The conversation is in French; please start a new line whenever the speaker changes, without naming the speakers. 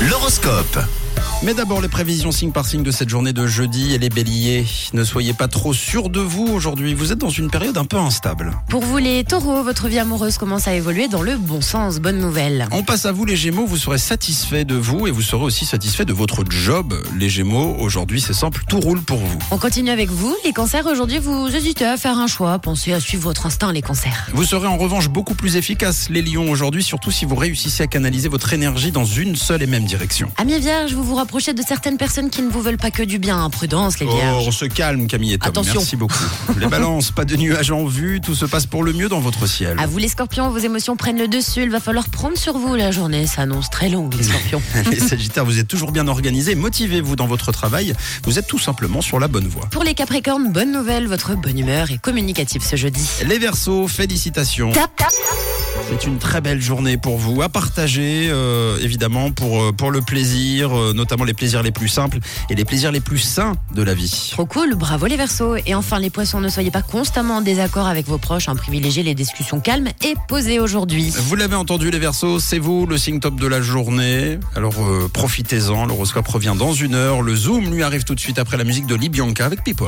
l'horoscope.
Mais d'abord les prévisions signe par signe de cette journée de jeudi et les béliers. Ne soyez pas trop sûrs de vous aujourd'hui, vous êtes dans une période un peu instable.
Pour vous les taureaux, votre vie amoureuse commence à évoluer dans le bon sens. Bonne nouvelle.
On passe à vous les gémeaux, vous serez satisfait de vous et vous serez aussi satisfait de votre job. Les gémeaux, aujourd'hui c'est simple, tout roule pour vous.
On continue avec vous. Les cancers, aujourd'hui, vous hésitez à faire un choix. Pensez à suivre votre instinct, les cancers.
Vous serez en revanche beaucoup plus efficace les lions aujourd'hui, surtout si vous réussissez à canaliser votre énergie dans une seule et même direction.
Amis vierges, vous vous rapprochez de certaines personnes qui ne vous veulent pas que du Eh bien. Prudence, les vierges.
on se calme Camille et Tom,
Attention.
merci beaucoup. Les balances, pas de nuages en vue, tout se passe pour le mieux dans votre ciel.
À vous, les scorpions, vos émotions prennent le dessus. Il va falloir prendre sur vous. La journée s'annonce très longue, les scorpions.
Les Sagittaires, vous êtes toujours bien organisés, motivez-vous dans votre travail, vous êtes tout simplement sur la bonne voie.
Pour les capricornes, bonne nouvelle. Votre bonne humeur est communicative ce jeudi.
Les Verseaux, félicitations.
Tap, tap.
C'est une très belle journée pour vous à partager, euh, évidemment, pour, euh, pour le plaisir, euh, notamment les plaisirs les plus simples et les plaisirs les plus sains de la vie.
Trop cool, bravo les versos. Et enfin les poissons, ne soyez pas constamment en désaccord avec vos proches, hein, privilégiez les discussions calmes et posées aujourd'hui.
Vous l'avez entendu les Verseaux, c'est vous le signe top de la journée. Alors euh, profitez-en, l'horoscope revient dans une heure. Le Zoom lui arrive tout de suite après la musique de Libyanka avec People.